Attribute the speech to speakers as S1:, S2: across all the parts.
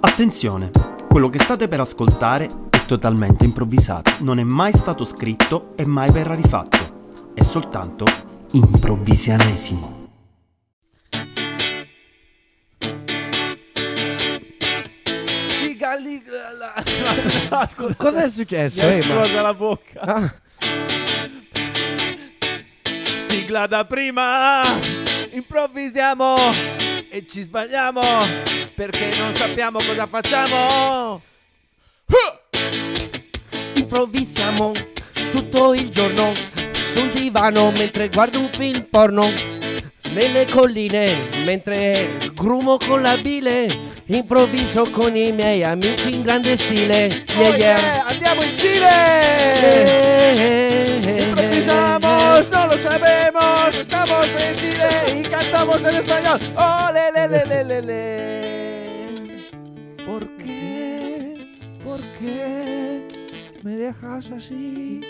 S1: Attenzione, quello che state per ascoltare è totalmente improvvisato, non è mai stato scritto e mai verrà rifatto, è soltanto improvvisianesimo.
S2: Sigalli... Ascolta,
S3: Cosa è successo?
S2: mi
S3: eh,
S2: è
S3: ma-
S2: esplosa la bocca.
S3: Ah,
S2: Sigla da prima, improvvisiamo e ci sbagliamo perché non sappiamo cosa facciamo.
S3: improvvisiamo tutto il giorno sul divano mentre guardo un film porno. Nelle colline mentre grumo con la bile, improvviso con i miei amici in grande stile.
S2: Oh
S3: Yeah yeah.
S2: yeah, Andiamo in Cile! Improvvisamos, no lo sabemos, estamos en Chile y cantamos en español. Ole, Oh, le, le, le, le, le. ¿Por qué? ¿Por qué me dejas así?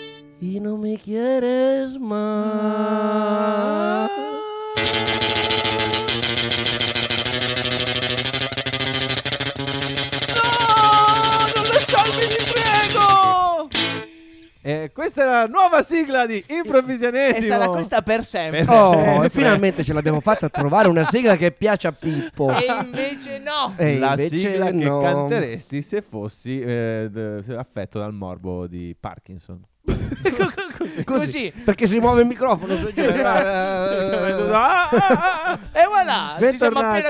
S3: Y no me quieres más.
S2: No, non lasciarmi, vi prego! Eh, questa è la nuova sigla di Improvvisionesimo.
S4: E sarà questa per sempre.
S2: Per-
S3: Oh,
S2: Sempre.
S3: e finalmente ce l'abbiamo fatta a trovare una sigla che piace a Pippo.
S4: E invece no.
S3: E
S2: la
S3: Eh, invece
S2: sigla
S3: no.
S2: che canteresti se fossi eh, d- se affetto dal morbo di Parkinson.
S4: Così.
S3: Perché si muove il microfono. su e giù.
S2: Ah,
S3: eh,
S2: ah, ah.
S4: E voilà, ci siamo
S2: Bentornati.
S4: appena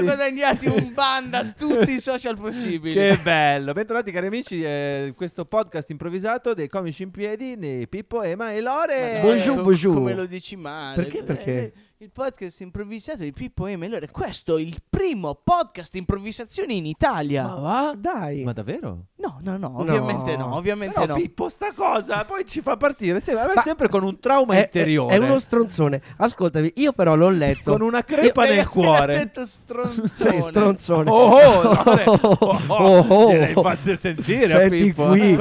S4: guadagnati un band a tutti i social possibili.
S2: Che bello! Bentornati cari amici, eh, questo podcast improvvisato dei comici in piedi di Pippo, Ema e Lore.
S4: Madonna,
S3: Bonjour,
S4: co-
S3: bonjour.
S4: Eh, Come lo dici male?
S3: Perché, perché?
S4: Eh, Il podcast improvvisato di Pippo e Melore. Questo è il primo podcast improvvisazione in Italia.
S3: Ah. eh, Dai.
S2: Ah, Ma davvero?
S4: No, no, no, ovviamente no, ovviamente
S2: Però
S4: no.
S2: Pippo sta cosa poi ci fa partire se-
S3: Ma-
S2: sempre con un trauma
S3: È- è,
S2: interiore.
S3: è uno stronzone. Ascoltami, io però l'ho letto.
S2: con una crepa
S4: Devi
S2: nel
S4: aver
S2: cuore.
S4: detto
S3: Sei
S4: stronzone.
S3: stronzone.
S2: Oh, oh, Lore. oh, oh,
S3: Oh, oh.
S2: gliel'hai fatto sentire a
S3: Senti
S2: Pippo.
S3: qui.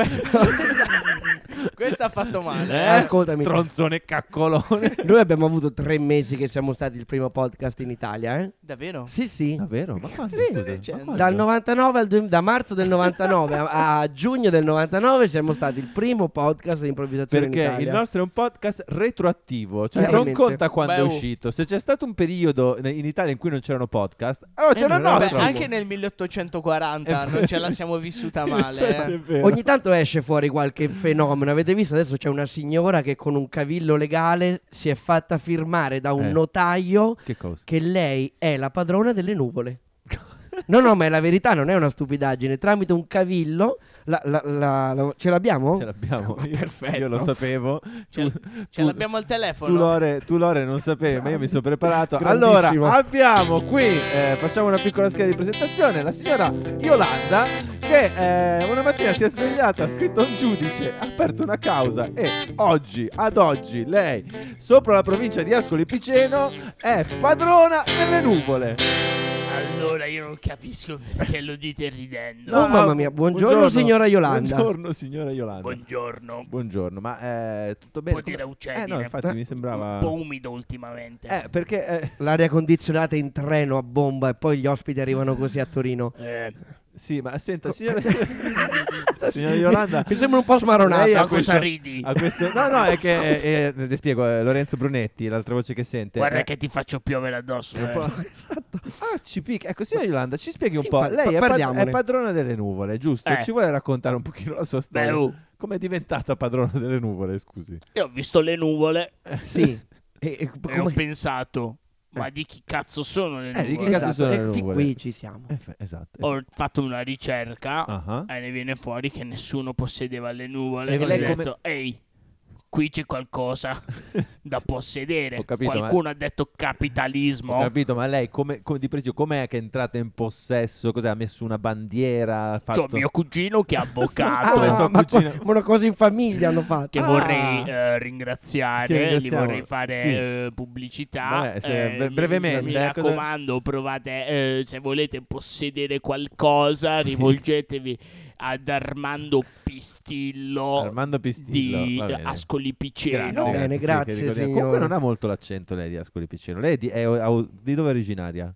S4: Questo ha fatto male.
S2: Eh,
S3: Ascoltami.
S2: Stronzone caccolone.
S3: Noi abbiamo avuto tre mesi che siamo stati il primo podcast in Italia, eh?
S4: Davvero?
S3: Sì, sì.
S2: Davvero? Ma quando
S4: Sì, cioè,
S2: scusa?
S4: stai dicendo?
S2: Ma quando?
S3: Dal 99 al du- da marzo del 99 a, a giugno del 99 siamo stati il primo podcast di improvvisazione in
S2: Perché
S3: Italia.
S2: il nostro è un podcast retroattivo, cioè non
S3: Veramente.
S2: conta quando
S4: Beh,
S2: è
S4: oh.
S2: uscito. Se c'è stato un periodo ne- in Italia in cui non c'erano podcast, allora
S3: Eh,
S2: c'era il
S3: no,
S4: Beh,
S2: nostro.
S4: anche nel 1840 non ce la siamo vissuta male. eh.
S3: Ogni tanto esce fuori qualche fenomeno. Avete visto? Adesso c'è una signora che con un cavillo legale si è fatta firmare da un
S2: Eh.
S3: notaio
S2: Che cosa?
S3: che lei è la padrona delle nuvole. No, no, ma è la verità, non è una stupidaggine. Tramite un cavillo. la- la- la- la- ce l'abbiamo?
S2: Ce l'abbiamo. Io-
S3: perfetto.
S2: Io lo sapevo.
S4: Ce,
S2: Tu-
S4: ce
S2: tu-
S4: Cioè, l'abbiamo al telefono.
S2: Tu Lore, tu, Lore, non sapevi, ma io mi sono preparato. Allora,
S3: Grandissimo.
S2: abbiamo qui, eh, facciamo una piccola scheda di presentazione, la signora Yolanda che eh, una mattina si è svegliata, ha scritto un giudice, ha aperto una causa e oggi, ad oggi, lei, sopra la provincia di Ascoli Piceno, è padrona delle nuvole.
S4: Allora io non capisco perché lo dite ridendo.
S3: No. Oh, mamma mia, buongiorno, signora Yolanda.
S2: Buongiorno signora Yolanda.
S4: Buongiorno.
S2: Buongiorno, ma eh, tutto bene?
S4: po' di
S2: Come-
S4: raucedine.
S2: Eh no, infatti mi sembrava...
S4: Un po' umido ultimamente.
S2: Eh, perché... eh,
S3: L'aria condizionata in treno a bomba e poi gli ospiti arrivano così a Torino.
S4: Eh,
S2: Sì, ma senta, signora, signora Yolanda.
S3: Mi sembra un po' smaronata.
S2: lei ha
S4: Ma cosa ridi?
S2: ha questo- No, no, è che eh, eh, le spiego, eh, Lorenzo Brunetti, l'altra voce che sente.
S4: cioè. Guarda
S2: eh,
S4: che ti faccio piovere addosso. eh.
S3: Esatto.
S2: Ah, ci picca. Ecco, signora Yolanda, ci spieghi un po'.
S3: Infatti,
S2: lei è, pad-
S3: parliamone.
S2: è padrona delle nuvole, giusto?
S4: Eh.
S2: Ci vuole raccontare un pochino la sua storia.
S4: Beh, oh, Eh,
S2: Come è diventata padrona delle nuvole, scusi?
S4: io ho visto le nuvole
S3: Sì. E, e
S4: e ho
S3: come-
S4: pensato, ma di chi cazzo sono le
S2: Eh, di chi
S4: nuvole?
S2: cazzo sono le
S3: Esatto, e fin
S2: nuvole?
S3: qui ci siamo.
S2: Eh, fe- esatto.
S4: Ho fatto una ricerca
S2: Ah, ah.
S4: e ne viene fuori che nessuno possedeva le nuvole.
S2: E
S4: E, ho
S2: lei come-
S4: detto, ehi, qui c'è qualcosa da possedere.
S2: Ho capito, ma-
S4: Qualcuno ha detto
S2: Ho
S4: capitalismo.
S2: capito, ma lei come, come- di preciso com'è che è entrata in possesso? Cos'è? Ha messo una bandiera? Ha
S4: C'ho
S2: Fatto...
S4: mio cugino che è
S3: Ah,
S4: avvocato.
S2: come sua
S3: ma co-
S2: cugina.
S3: ma una cosa in famiglia hanno fatto.
S4: che
S2: Ah.
S4: vorrei eh,
S2: Che
S4: ringraziare, gli
S2: ringraziamo.
S4: vorrei fare
S2: Sì.
S4: eh, pubblicità.
S2: Vabbè, se-
S4: Eh,
S2: bre-
S4: mi-
S2: brevemente,
S4: Mi
S2: eh, cosa-
S4: raccomando, provate eh, se volete possedere qualcosa,
S2: Sì.
S4: rivolgetevi ad Armando Pistillo.
S2: Armando Pistillo.
S4: Di
S2: va bene.
S4: Ascoli Piceno
S3: Bene,
S2: sì,
S3: grazie,
S2: che ricordiamo.
S3: signor.
S2: Comunque non ha molto l'accento lei di Ascoli Piceno. Lei è di, è- è- di dove è originaria?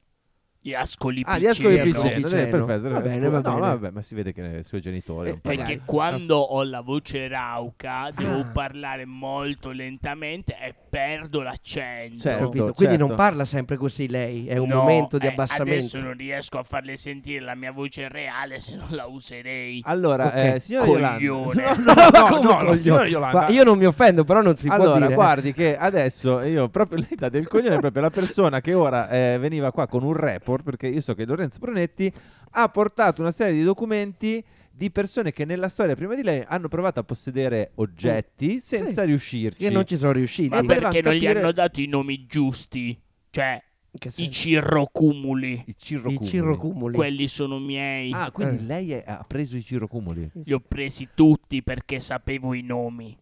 S5: Gli ascoli
S2: Ah, gli ascoli
S5: Piccinello.
S2: Piccinello,
S3: Piccinello.
S2: eh, perfetto.
S3: Va bene, va
S2: No,
S3: bene.
S2: vabbè, ma si vede che i suoi genitori
S3: Eh,
S2: non parlano.
S5: Perché quando ho la voce rauca devo
S3: Ah.
S5: parlare molto lentamente e perdo l'accento.
S2: Certo,
S5: No,
S3: Capito? Quindi non
S2: certo.
S3: parla sempre così lei, è un momento di
S5: eh,
S3: abbassamento.
S5: adesso non riesco a farle sentire la mia voce reale se non la userei.
S2: Allora,
S3: Ok.
S2: eh, signora Yolanda.
S5: Coglione.
S2: No, no, no,
S3: Come
S2: no,
S3: coglione?
S2: signora Yolanda.
S3: Ma io non mi offendo, però non si può
S2: Allora,
S3: dire. eh,
S2: guardi che adesso io proprio lei dà del coglione, è proprio la persona che ora eh, veniva qua con un report, perché io so che Lorenzo Brunetti ha portato una serie di documenti di persone che nella storia prima di lei hanno provato a possedere oggetti Mm. senza
S3: Sì.
S2: riuscirci.
S3: Che non ci sono riusciti.
S5: Ma
S2: Sì.
S5: perché
S2: Volevamo
S5: non gli
S2: capire-
S5: hanno dato i nomi giusti? Cioè,
S3: In che
S5: i
S3: senso?
S5: cirrocumuli.
S2: I
S3: I
S2: cirrocumuli.
S3: cirrocumuli.
S5: Quelli sono miei.
S2: Ah, quindi
S3: Eh.
S2: lei è- ha preso i cirrocumuli.
S5: Li ho presi tutti perché sapevo i nomi.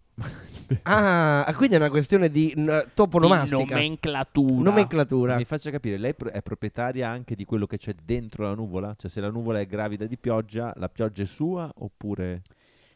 S3: Ah, ah, quindi è una questione di n-
S5: Di
S3: toponomastica.
S5: nomenclatura.
S3: Nomenclatura.
S2: Mi faccia capire, lei pro- è proprietaria anche di quello che c'è dentro la nuvola? Cioè se la nuvola è gravida di pioggia, la pioggia è sua oppure...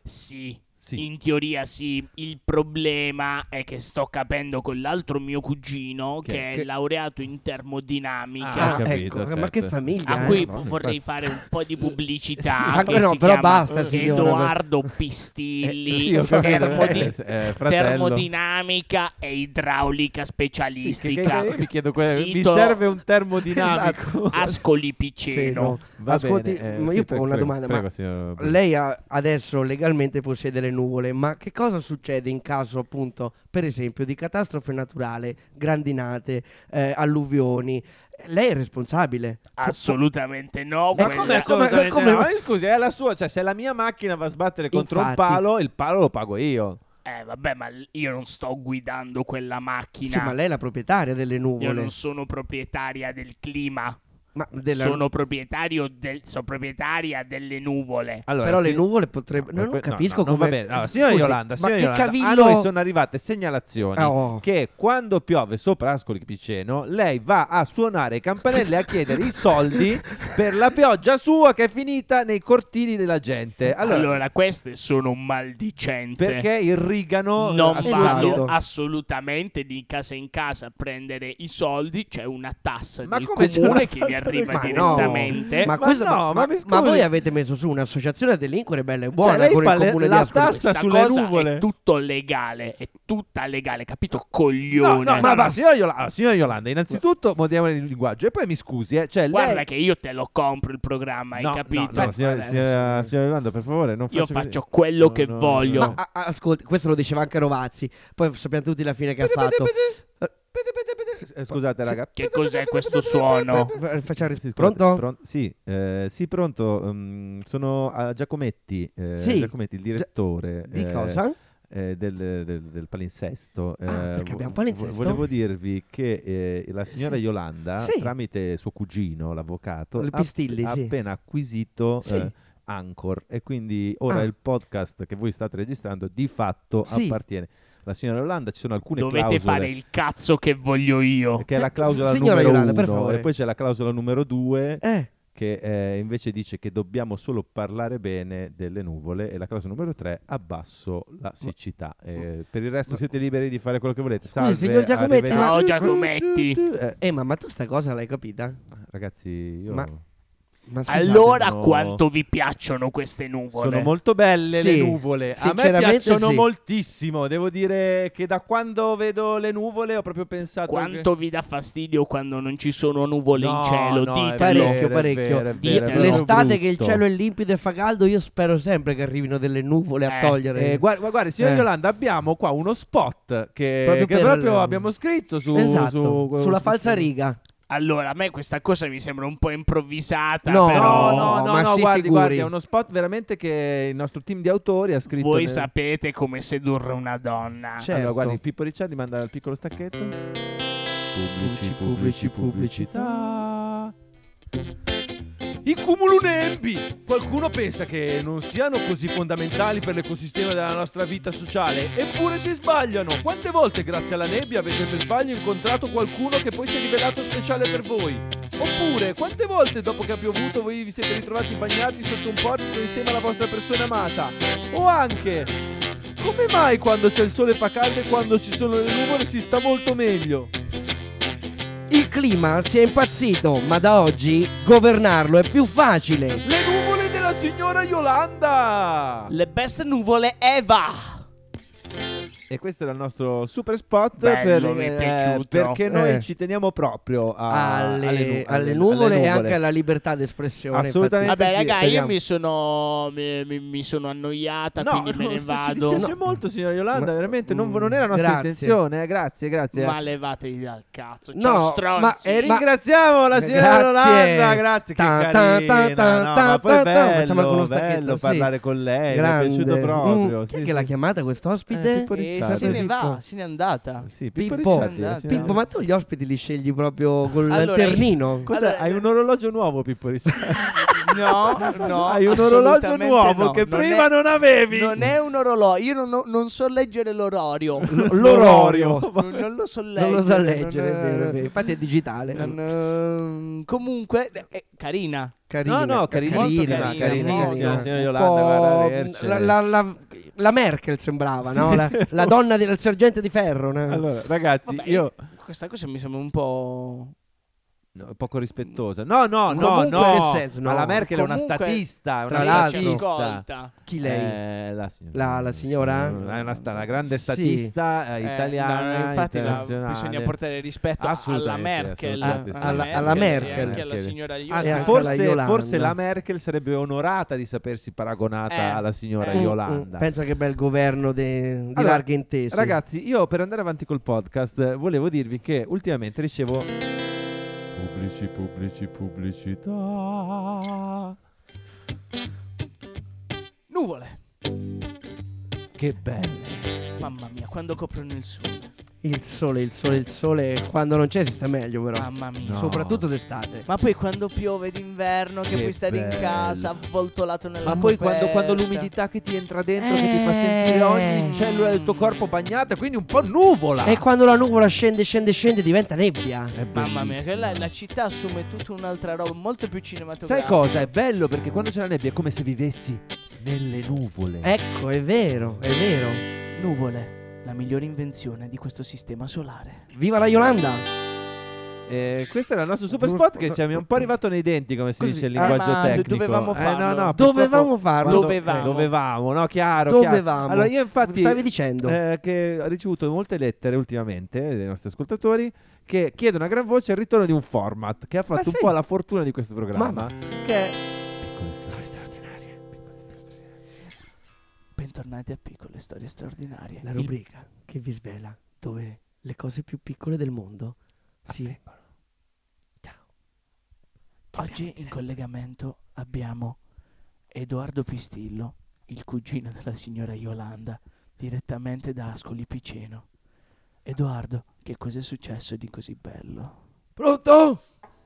S5: Sì.
S2: Sì.
S5: In teoria sì, il problema è che sto capendo con l'altro mio cugino che,
S2: Che-
S5: è
S3: che-
S5: laureato in termodinamica.
S2: Ah, ho capito,
S3: ecco,
S2: certo.
S3: ma che famiglia.
S5: A
S3: eh?
S5: cui
S2: no, infatti. Eh,
S5: vorrei fare un po' di pubblicità.
S3: Ma
S5: che
S3: no,
S5: si
S3: però
S5: chiama
S3: basta, signora.
S5: Edoardo
S2: Eh,
S5: Pistilli,
S2: sì, ho capito,
S5: termodi-
S2: eh, eh, fratello.
S5: termodinamica e idraulica
S2: Sì, che-
S5: specialistica.
S2: che- che- mi chiedo que- mi
S5: Sito
S2: serve un termodinamico.
S3: Esatto.
S5: Ascoli
S3: Sì,
S5: Piceno.
S3: no.
S2: Va
S3: Ascolti,
S2: bene, eh,
S3: ma
S2: sì,
S3: io
S2: pre-
S3: ho una
S2: prego,
S3: domanda.
S2: prego,
S3: ma
S2: signor Bruno.
S3: lei ha- adesso legalmente possiede le nuvole, ma che cosa succede in caso, appunto, per esempio, di catastrofe naturale, grandinate, eh, alluvioni? Lei è responsabile. Cioè,
S5: Assolutamente no.
S3: Ma
S5: quella-
S3: come assolutamente
S2: come-
S3: no?
S2: ma scusi, è la sua, cioè se la mia macchina va a sbattere contro un
S3: Infatti.
S2: palo, il palo lo pago io.
S5: Eh, vabbè, ma l- io non sto guidando quella macchina.
S3: Sì, ma lei è la proprietaria delle
S5: Io
S3: nuvole.
S5: non sono proprietaria del clima.
S3: Ma della-
S5: Sono proprietario del, sono proprietaria delle nuvole.
S2: Allora,
S3: Però le
S2: sì-
S3: nuvole potrebbero.
S2: No,
S3: non
S2: no,
S3: capisco
S2: no,
S3: come.
S2: va bene. Allora, signora
S3: Scusi,
S2: Yolanda,
S3: ma
S2: signora
S3: che
S2: Yolanda,
S3: cavillo.
S2: a noi sono arrivate segnalazioni
S3: Ah, oh.
S2: che quando piove sopra Ascoli Piceno, lei va a suonare i campanelli a chiedere i soldi per la pioggia sua che è finita nei cortili della gente.
S5: Allora,
S2: Eh, Allora,
S5: queste sono maldicenze.
S2: perché irrigano
S5: non
S2: a suo
S5: vado
S3: Esatto.
S5: assolutamente di casa in casa a prendere i soldi, c'è una tassa
S2: Ma
S5: del
S2: come c'è
S5: comune
S2: una
S5: che mi
S2: tassa del-
S3: Ma
S5: arriva
S3: no,
S5: direttamente.
S3: ma,
S2: Ma
S3: questo-
S2: no,
S3: ma-
S2: ma mi
S3: ma
S2: scusi.
S3: voi avete messo su un'associazione a delinquere bella e
S2: Cioè,
S3: buona
S2: lei
S3: con
S2: fa
S3: il
S2: le-
S3: comune di
S2: la
S3: Ascoli.
S2: tassa-
S5: Questa
S2: sulle
S5: cosa
S2: nuvole.
S5: è tutto legale, è tutta legale, capito?
S2: No,
S5: Coglione.
S2: no, ma, ma signora, Yola- ah, signora Yolanda, innanzitutto modiamo il linguaggio e poi mi scusi, eh, cioè
S5: Guarda
S2: lei...
S5: che io te lo compro il programma, hai
S2: No,
S5: capito? eh,
S2: No, no, signora,
S3: Vabbè,
S2: signora- signora Yolanda, per favore, non
S5: Io
S2: faccia
S5: faccio quello
S2: No,
S5: che
S2: no,
S5: voglio.
S2: no.
S3: Ma a- a- ascolti, questo lo diceva anche Rovazzi. Poi sappiamo tutti la fine che ha fatto.
S2: Eh, Scusate, raga.
S5: Che cos'è questo suono?
S3: Eh, Facciamo
S2: Sì,
S3: ris-
S2: scusate,
S3: Pronto?
S2: pron- sì, eh, sì, pronto. ehm, sono a Giacometti, eh,
S3: Sì.
S2: Giacometti, il direttore
S3: Di
S2: eh,
S3: cosa?
S2: eh, del, del- del palinsesto. Eh,
S3: Ah, perché abbiamo palinsesto?
S2: vo- Volevo dirvi che eh, la signora
S3: Sì.
S2: Yolanda,
S3: Sì.
S2: tramite suo cugino, l'avvocato,
S3: Il
S2: ha-
S3: Pistilli,
S2: ha,
S3: sì.
S2: appena acquisito
S3: Sì.
S2: eh, Anchor e quindi ora
S3: Ah.
S2: il podcast che voi state registrando di fatto
S3: Sì.
S2: appartiene alla signora Yolanda. Ci sono alcune
S5: Dovete
S2: clausole
S5: fare il cazzo che voglio io.
S2: che è la clausola
S3: Signora
S2: numero
S3: Yolanda, per
S2: uno,
S3: favore.
S2: e poi c'è la clausola numero due
S3: Eh,
S2: che eh, invece dice che dobbiamo solo parlare bene delle nuvole e la clausola numero 3 abbasso la siccità Eh, per il resto siete liberi di fare quello che volete salve
S3: signor Giacometti,
S2: arrivederci.
S5: ma- Ciao, Giacometti.
S2: Eh,
S3: eh, ma, ma tu sta cosa l'hai capita?
S2: ragazzi io
S3: Ma- Ma scusate.
S5: Allora
S2: sono-
S5: quanto vi piacciono queste nuvole?
S2: sono molto belle
S3: Sì,
S2: le nuvole a me
S3: sinceramente
S2: piacciono
S3: sì.
S2: moltissimo devo dire che da quando vedo le nuvole ho proprio pensato
S5: Quanto vi dà fastidio quando non ci sono nuvole
S2: No,
S5: in cielo?
S2: no, è
S5: Ditelo.
S3: Parecchio,
S2: vero, è
S3: parecchio.
S2: vero, è
S5: Dite-
S2: vero, è
S5: però
S3: L'estate che il
S2: brutto.
S3: cielo è limpido e fa caldo, io spero sempre che arrivino delle nuvole a
S5: Eh,
S3: togliere.
S2: Eh, guarda, ma guarda, signor
S3: Eh.
S2: Yolanda, abbiamo qua uno spot che che
S3: Proprio
S2: proprio,
S3: per-
S2: abbiamo scritto su,
S3: esatto,
S2: su-
S3: sulla
S2: su-
S3: falsa
S2: su-
S3: riga.
S5: Allora, a me questa cosa mi sembra un po' improvvisata,
S3: No,
S2: No,
S5: però
S2: no, no,
S3: ma
S2: no
S3: si
S2: guardi,
S3: figuri.
S2: guardi, è uno spot veramente che il nostro team di autori ha scritto.
S5: voi
S2: nel-
S5: sapete come sedurre una donna.
S3: Certo.
S2: Allora, guardi, Pippo Ricciardi manda il piccolo stacchetto. Pubblici,
S3: pubblici,
S2: pubblicità. I cumulunembi! Qualcuno pensa che non siano così fondamentali per l'ecosistema della nostra vita sociale, eppure si sbagliano! Quante volte grazie alla nebbia avete per sbaglio incontrato qualcuno che poi si è rivelato speciale per voi? Oppure, quante volte dopo che ha piovuto voi vi siete ritrovati bagnati sotto un portico insieme alla vostra persona amata? O anche, come mai quando c'è il sole fa caldo e quando ci sono le nuvole si sta molto meglio?
S3: Il clima si è impazzito, ma da oggi governarlo è più facile.
S2: Le nuvole della signora Yolanda!
S5: Le beste nuvole Eva.
S2: E questo era il nostro super spot
S5: Bello,
S2: per-
S5: mi è
S2: eh,
S5: piaciuto.
S2: perché noi
S3: Eh.
S2: ci teniamo proprio a-
S3: Ah, alle,
S2: nu-
S3: alle nuvole e
S2: alle
S3: anche alla libertà d'espressione.
S2: Assolutamente.
S5: Vabbè,
S2: sì,
S5: raga, io
S3: speriamo.
S5: mi sono, mi, mi- mi sono annoiata,
S2: No,
S5: quindi me ne
S2: Ci
S5: vado.
S2: dispiace molto, signora Yolanda,
S3: Ma-
S2: veramente non,
S3: mm,
S2: non era nostra
S3: grazie.
S2: intenzione. eh, Grazie, grazie.
S5: Ma levatevi dal cazzo.
S3: No,
S5: Ciao,
S3: ma-
S5: stronzi.
S2: E
S3: Ma-
S2: ringraziamo la signora
S3: Grazie.
S2: Yolanda, grazie che
S3: Ta- ta-
S2: carina.
S3: ta- ta-
S2: no,
S3: ta-
S2: ma poi
S3: ta- ta-
S2: bello,
S3: facciamo anche uno stacchetto,
S2: bello
S3: sì.
S2: parlare con lei,
S3: Grande.
S2: Eh, mi è piaciuto proprio.
S3: Mm, chi è
S2: sì,
S3: che l'ha
S2: sì.
S3: chiamata quest'ospite?
S2: Eh, Pippo
S4: E
S2: Ricciardi.
S4: se ne va,
S3: Pippo.
S4: se n'è andata.
S2: Sì, Pippo
S4: Pippo,
S2: Ricciardi, la signora-
S3: Pippo, ma tu gli ospiti li scegli proprio col
S4: Allora,
S3: lanternino?
S2: Cos'è?
S4: Allora,
S2: hai un orologio nuovo, Pippo Ricciardi?
S4: No, no.
S2: hai un orologio
S4: assolutamente
S2: nuovo
S4: no.
S2: che
S4: Non
S2: prima
S4: è-
S2: non avevi.
S4: Non è un orologio, io non, non so leggere l'orario.
S2: l'ororio.
S4: non, non lo so leggere.
S3: Non lo so leggere,
S4: non-
S3: è vero, è vero. infatti è digitale.
S4: non- ehm, comunque, eh, eh, carina.
S3: Carina,
S2: no, no, carinissima,
S3: carina,
S2: carinissima,
S3: carina.
S2: signora
S3: Un
S2: Yolanda,
S3: po'
S2: guarda, Vercere.
S3: la, la- la- la Merkel sembrava, no? La, la donna del sergente di ferro. no?
S2: Allora, ragazzi,
S4: Vabbè,
S2: io
S4: Questa cosa mi sembra un po'.
S2: No, poco rispettosa. No, no, no,
S3: Comunque, che
S2: no.
S3: senso, no.
S2: Ma la Merkel è una
S4: Comunque,
S2: statista, è
S3: tra
S2: una
S3: l'altro-
S4: ci
S2: statista.
S4: ascolta.
S3: Chi lei?
S2: Eh, la signora.
S3: La- la signora?
S2: È una, sta- una grande
S3: Sì.
S2: statista eh,
S4: Eh,
S2: italiana,
S4: no, no, infatti, la-
S2: internazionale.
S5: bisogna portare rispetto alla
S2: Assolutamente,
S5: Merkel,
S3: sì.
S2: assolutamente,
S3: Alla-
S5: Merkel
S3: alla
S5: e
S3: Merkel.
S5: anche alla
S2: Merkel.
S5: signora
S3: e
S5: Iolanda.
S2: Anzi,
S3: anche alla
S2: forse,
S3: Yolanda.
S2: forse la Merkel sarebbe onorata di sapersi paragonata
S5: Eh,
S2: alla signora
S5: eh.
S3: Mm,
S2: Yolanda.
S3: mm, Pensa che bel governo de- di
S2: Allora,
S3: larghe intese.
S2: Ragazzi, io per andare avanti col podcast eh, volevo dirvi che ultimamente ricevo pubblici, pubblici, pubblicità.
S4: Nuvole.
S2: Che belle.
S4: Mamma mia, quando coprono il sole.
S3: Il sole, il sole, il sole. Quando non c'è si sta meglio, però.
S4: Mamma mia.
S2: Ah, No.
S3: Soprattutto d'estate.
S4: Ma poi quando piove d'inverno, che,
S2: Che
S4: puoi stare in
S2: bello.
S4: casa avvoltolato nella
S2: Ma poi quando,
S4: coperta.
S2: quando l'umidità che ti entra dentro, che ti fa sentire
S3: Eh.
S2: ogni cellula del tuo corpo bagnata, quindi un po' nuvola.
S3: E quando la nuvola scende, scende, scende, diventa nebbia.
S2: È
S4: Mamma mia,
S2: bellissimo.
S4: quella, la città assume tutta un'altra roba, molto più cinematografica.
S2: Sai cosa? È bello perché quando c'è la nebbia è come se vivessi nelle nuvole.
S3: Ecco, è vero, è vero.
S4: Nuvole, la migliore invenzione di questo sistema solare.
S3: Viva la Yolanda!
S2: Eh, questo era il nostro super spot che ci è un po' arrivato nei denti, come si
S3: Così.
S2: dice il
S3: Eh,
S2: linguaggio
S4: ma do-
S2: tecnico.
S4: dovevamo
S2: Eh, no,
S4: farlo.
S2: no,
S3: Dovevamo
S2: purtroppo-
S3: farlo.
S2: quando-
S5: Dovevamo.
S2: eh, dovevamo, no, chiaro. chiaro.
S3: Dovevamo.
S2: Allora, io infatti
S3: Stavi dicendo.
S2: eh, che ho ricevuto molte lettere ultimamente dai nostri ascoltatori che chiedono a gran voce il ritorno di un format che ha fatto
S3: Ah,
S2: un
S3: sì?
S2: po' la fortuna di questo programma,
S3: Mamma.
S2: che è Piccole storie straordinarie. Piccole storie straordinarie.
S4: Bentornati a Piccole Storie Straordinarie.
S3: La rubrica che vi svela dove le cose più piccole del mondo si... Ciao.
S4: Oggi in collegamento abbiamo Edoardo Pistillo, il cugino della signora Yolanda, direttamente da Ascoli Piceno. Edoardo, che cos'è successo di così bello?
S3: Pronto?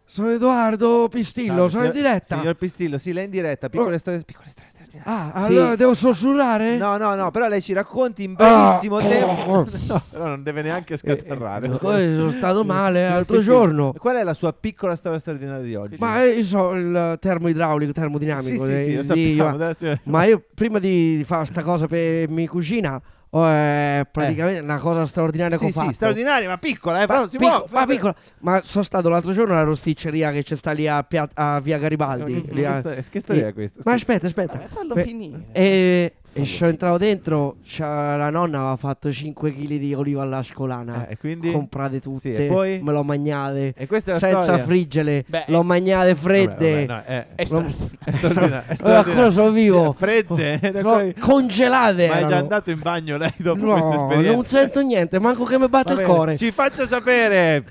S3: Sono Edoardo Pistillo,
S2: Salve,
S3: sono
S2: signor-
S3: in diretta.
S2: Signor Pistillo, sì, lei è in diretta. Piccole
S3: Oh.
S2: storie, piccole storie straordinarie.
S3: Ah,
S2: Sì.
S3: allora devo sussurrare?
S2: No, no, no, però lei ci racconti in
S3: Ah. Eh,
S2: brevissimo tempo. No, però non deve neanche scatarrare.
S3: Poi sono stato
S2: Eh,
S3: male l'altro
S2: Pistillo,
S3: giorno.
S2: Qual è la sua piccola storia straordinaria di oggi?
S3: Ma io so il termoidraulico,
S2: sì,
S3: termodinamico.
S2: sì, sì,
S3: eh,
S2: lo
S3: di-
S2: sappiamo.
S3: io-
S2: adesso-
S3: Ma io prima di di fare sta cosa per mia cucina, ho eh, praticamente una cosa straordinaria che ho
S2: Sì, sì,
S3: fatto.
S2: straordinaria, ma piccola, eh, però si
S3: Picco-
S2: può.
S3: ma piccola. Ma sono stato l'altro giorno alla rosticceria che c'è sta lì a, Pia- a via
S2: Ma
S3: Garibaldi.
S2: Che,
S3: lì a-
S2: che sto- che Eh. storia è questa?
S3: Ma aspetta, aspetta.
S4: Vabbè, fallo
S3: Beh,
S4: finire.
S3: E, e sono entrato dentro, c'era la nonna aveva fatto 5 kg di oliva alla scolana.
S2: Eh, e quindi?
S3: Comprate tutte,
S2: Sì, e poi?
S3: me l'ho mangiate.
S2: E questa è la
S3: senza
S2: storia? eh.
S3: friggere,
S5: Beh,
S3: l'ho mangiate
S2: Vabbè,
S3: fredde.
S2: vabbè, no, eh,
S5: È straordinario.
S2: è straordinaria, è
S3: Eh, ancora
S2: straordinaria.
S3: sono vivo.
S2: Sì, fredde, eh, da
S3: Sono
S2: quei-
S3: congelate.
S2: ma è già
S3: erano.
S2: andato in bagno lei dopo
S3: No,
S2: questa esperienza.
S3: non sento niente, manco che mi
S2: Va
S3: batte il
S2: bene,
S3: cuore.
S2: Ci faccia sapere.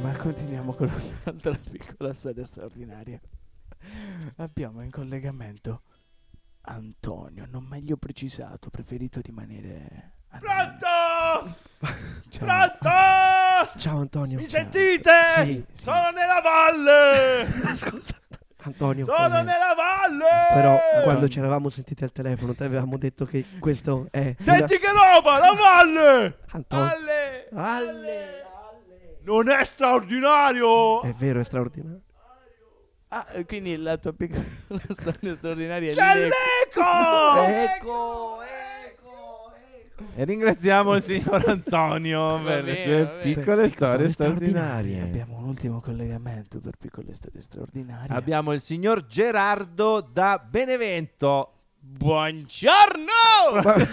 S4: Ma continuiamo con un'altra piccola storia straordinaria. Abbiamo in collegamento Antonio, non meglio precisato, preferito rimanere... anonimo.
S2: Pronto?
S4: Ciao.
S2: Pronto?
S3: Ciao Antonio.
S2: Mi
S3: Ciao.
S2: sentite?
S3: Sì, sì.
S2: Sono nella valle.
S3: Ascolta, Antonio.
S2: Sono
S3: eh,
S2: nella valle.
S3: Però quando ci eravamo sentiti al telefono ti avevamo detto che questo è...
S2: Senti che roba, la valle.
S3: Antonio.
S2: Valle.
S3: Alle.
S2: Non è straordinario.
S3: È vero, è straordinario.
S4: Ah, eh, quindi la tua piccola
S2: eh,
S4: storia straordinaria è
S2: C'è
S4: l'eco.
S2: l'eco.
S4: Ecco, ecco, ecco.
S2: E eh, ringraziamo il signor Antonio per le
S4: bene,
S2: sue
S4: va bene.
S2: piccole storie straordinarie.
S5: Abbiamo un ultimo collegamento per piccole storie straordinarie.
S2: Abbiamo il signor Gerardo da Benevento.
S4: Buongiorno!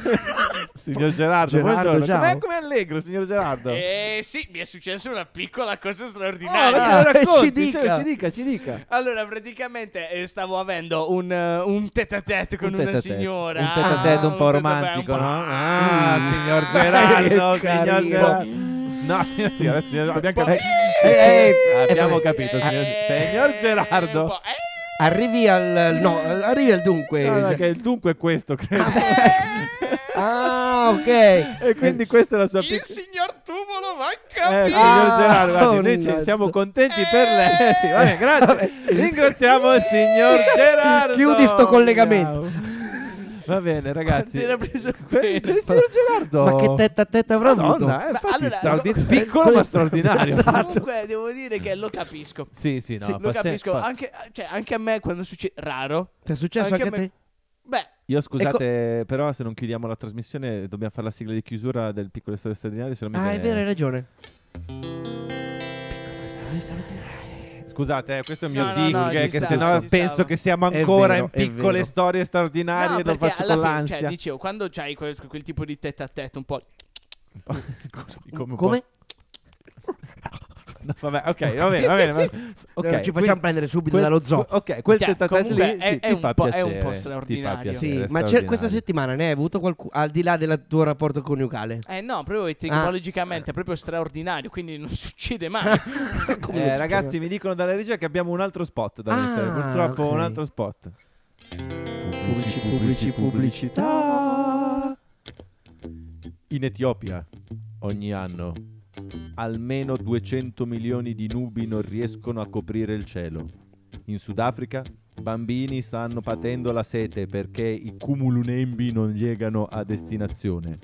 S2: Signor Gerardo,
S5: Gerardo,
S2: buongiorno.
S5: ciao.
S2: Com'è come allegro, signor Gerardo?
S4: Eh sì, mi è successa una piccola cosa
S2: Ah,
S4: straordinaria.
S2: ma ce la
S5: eh,
S2: racconti,
S5: ci dica.
S2: cioè, ci dica, ci dica.
S4: Allora, praticamente eh, stavo avendo un, eh, un tête à tête con
S2: Un
S4: una
S2: tête-à-tête.
S4: signora.
S2: Un tête-à-tête Ah, un po'
S4: tête-à-tête,
S2: romantico,
S4: un po'-
S2: no? Ah,
S4: Mm.
S2: signor Gerardo,
S5: Che
S2: signor
S5: carino.
S2: Gerardo. No, signor, sì, adesso signor- abbiamo
S4: Po-
S2: capito.
S5: Eh, eh,
S2: abbiamo
S5: eh,
S2: capito, signor,
S4: Eh,
S2: signor
S4: un
S2: Gerardo.
S4: po', eh,
S3: Arrivi al no, arrivi al dunque.
S2: No, no, che il dunque è questo, credo.
S3: Ah, ok.
S2: e quindi questa è la sua
S4: il
S2: piccola...
S4: signor Tubolo va a
S2: Eh,
S4: capire.
S2: signor
S3: Ah,
S2: Gerardo, guardi, noi ci-
S3: mannaggia.
S2: siamo contenti per lei. Sì, vabbè, grazie. Ringraziamo il signor Gerardo.
S3: Chiudi sto collegamento.
S2: Ciao. Va bene, ragazzi.
S4: Quanti ne ha preso il
S2: Que- c'è il signor Gerardo.
S3: Ma che tetta a tetta avrà avuto?
S2: Oh. Madonna, eh, infatti,
S4: allora,
S2: straordin-
S4: co-
S2: piccolo ma straordinario.
S4: Comunque, devo dire che lo capisco.
S2: Sì, sì, no,
S4: Sì, lo
S2: fa se-
S4: capisco.
S2: fa-
S4: Anche, cioè, anche a me quando succede. Raro.
S3: Ti è successo anche,
S4: Anche
S3: a
S4: a
S3: te?
S4: Beh,
S2: Io scusate,
S4: ecco-
S2: però se non chiudiamo la trasmissione dobbiamo fare la sigla di chiusura del piccolo storie straordinario, se no mi
S3: Ah, è
S2: viene-
S3: vero, hai ragione.
S2: Scusate, eh, questo è il
S4: No,
S2: mio
S4: no,
S2: ding,
S4: no, ci
S2: eh, che
S4: stava,
S2: se no
S4: ci
S2: penso
S4: stava.
S2: che siamo
S3: È
S2: ancora
S3: vero,
S2: in
S3: è
S2: piccole
S3: vero.
S2: storie straordinarie
S4: no,
S2: e lo
S4: perché
S2: Ah, faccio
S4: alla
S2: con
S4: fine,
S2: l'ansia.
S4: Cioè, dicevo, quando c'hai quel, quel tipo di tête a tête un po'.
S2: Scusi, come? può-
S3: Come?
S2: No, vabbè, ok, va bene, va bene. va bene.
S4: Eh,
S2: Ok,
S3: Ci facciamo
S2: quindi-
S3: prendere subito
S2: quel-
S3: dallo zoo.
S2: Ok, quel
S4: Cioè,
S2: tête-à-tête
S4: comunque
S2: lì
S4: è-
S2: sì,
S4: è
S2: ti
S4: un
S2: fa
S4: po'- è un
S2: piacere,
S4: po'
S2: ti fa
S4: straordinario.
S2: piacere,
S3: Sì, ma c'è- questa
S2: straordinario.
S3: settimana ne hai avuto qualcuno al di là del tuo rapporto coniugale?
S4: Eh no, proprio che
S2: Ah.
S4: tecnologicamente è proprio straordinario, quindi non succede mai.
S3: Come lo
S2: Eh,
S3: dici?
S2: ragazzi, mi dicono dalla regia che abbiamo un altro spot da
S3: Ah,
S2: mettere. Purtroppo
S3: ok.
S2: un altro spot.
S3: Pubblici, pubblici,
S2: pubblicità. In Etiopia ogni anno almeno 200 milioni di nubi non riescono a coprire il cielo. In Sudafrica bambini stanno patendo la sete perché i cumulunembi non llegano a destinazione.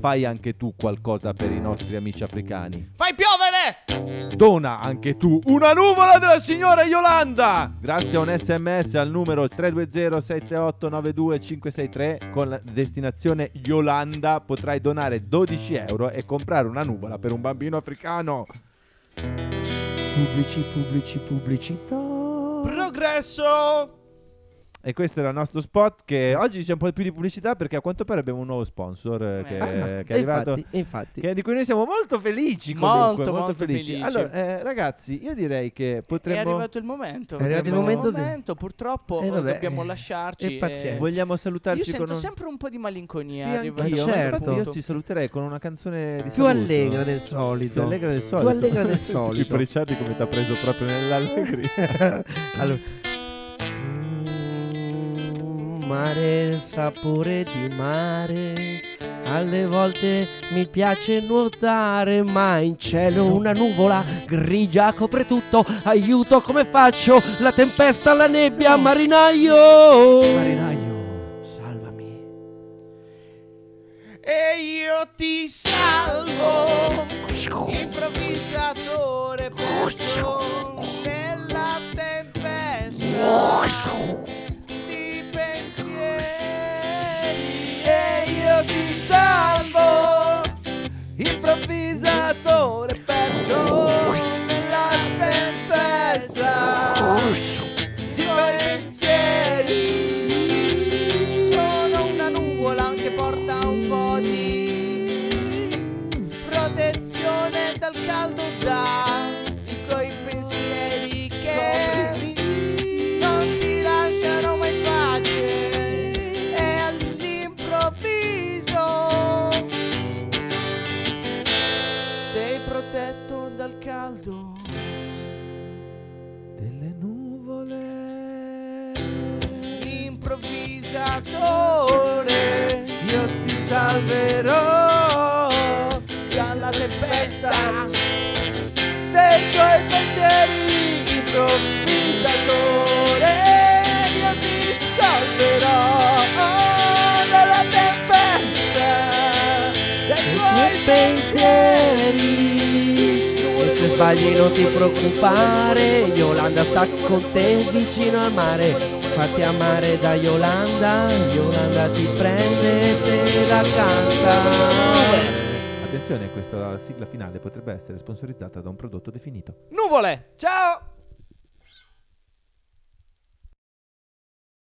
S2: Fai anche tu qualcosa per i nostri amici africani.
S4: Fai piovere!
S2: Dona anche tu una nuvola della signora Yolanda! Grazie a un sms al numero 320-7892-563 con la destinazione Yolanda potrai donare 12 euro e comprare una nuvola per un bambino africano.
S3: Pubblici, pubblici, pubblicità.
S4: Progresso!
S2: E questo era il nostro spot che oggi c'è un po' più di pubblicità perché a quanto pare abbiamo un nuovo sponsor eh,
S4: Eh,
S2: che,
S4: sì.
S2: che è arrivato.
S3: Ah, Infatti, infatti.
S2: che- di cui noi siamo molto felici comunque,
S4: Molto, molto felici.
S2: Allora, eh, ragazzi, io direi che potremmo...
S4: È arrivato il momento.
S3: È arrivato il
S4: Potremmo-
S3: momento di-
S4: purtroppo
S3: Eh, vabbè,
S4: dobbiamo
S3: eh,
S4: lasciarci.
S3: e pazienza.
S2: Vogliamo
S4: Io
S2: salutarci
S4: sento
S2: con un...
S4: sempre un po' di malinconia.
S2: Sì,
S4: arrivato
S2: anch'io.
S3: io,
S4: a questo
S3: certo.
S2: Infatti io
S4: punto.
S2: ci saluterei con una canzone di
S3: Più
S2: saluto.
S3: allegra del solito.
S2: Più allegra del solito.
S3: allegra del solito.
S2: Tipo Ricciardi come ti ha preso proprio nell'allegria.
S3: allora. Mm, Mare, il sapore di mare. Alle volte mi piace nuotare, ma in cielo una nuvola grigia copre tutto. Aiuto, come faccio? La tempesta, la nebbia, marinaio.
S2: Marinaio.
S3: Salvami.
S4: E io ti salvo, improvvisatore perso nella tempesta di pensieri. E io ti salvo, improvvisatore perso nella tempesta di pensieri. Sono una nuvola che porta un po' di protezione dal caldo da i pensieri che non ti lasciano mai in pace e all'improvviso sei protetto dal caldo.
S2: Delle nuvole.
S4: improvvisatore io ti salverò dalla tempesta dei tuoi pensieri improvvisatore io ti salverò Ah, dalla tempesta
S3: I
S4: dei
S3: tuoi pensieri. E se sbagli non ti preoccupare, Yolanda sta con te vicino al mare. Fatti amare da Yolanda, Yolanda ti prende e te la canta.
S2: Attenzione, questa sigla finale potrebbe essere sponsorizzata da un prodotto definito.
S6: Nuvole! Ciao!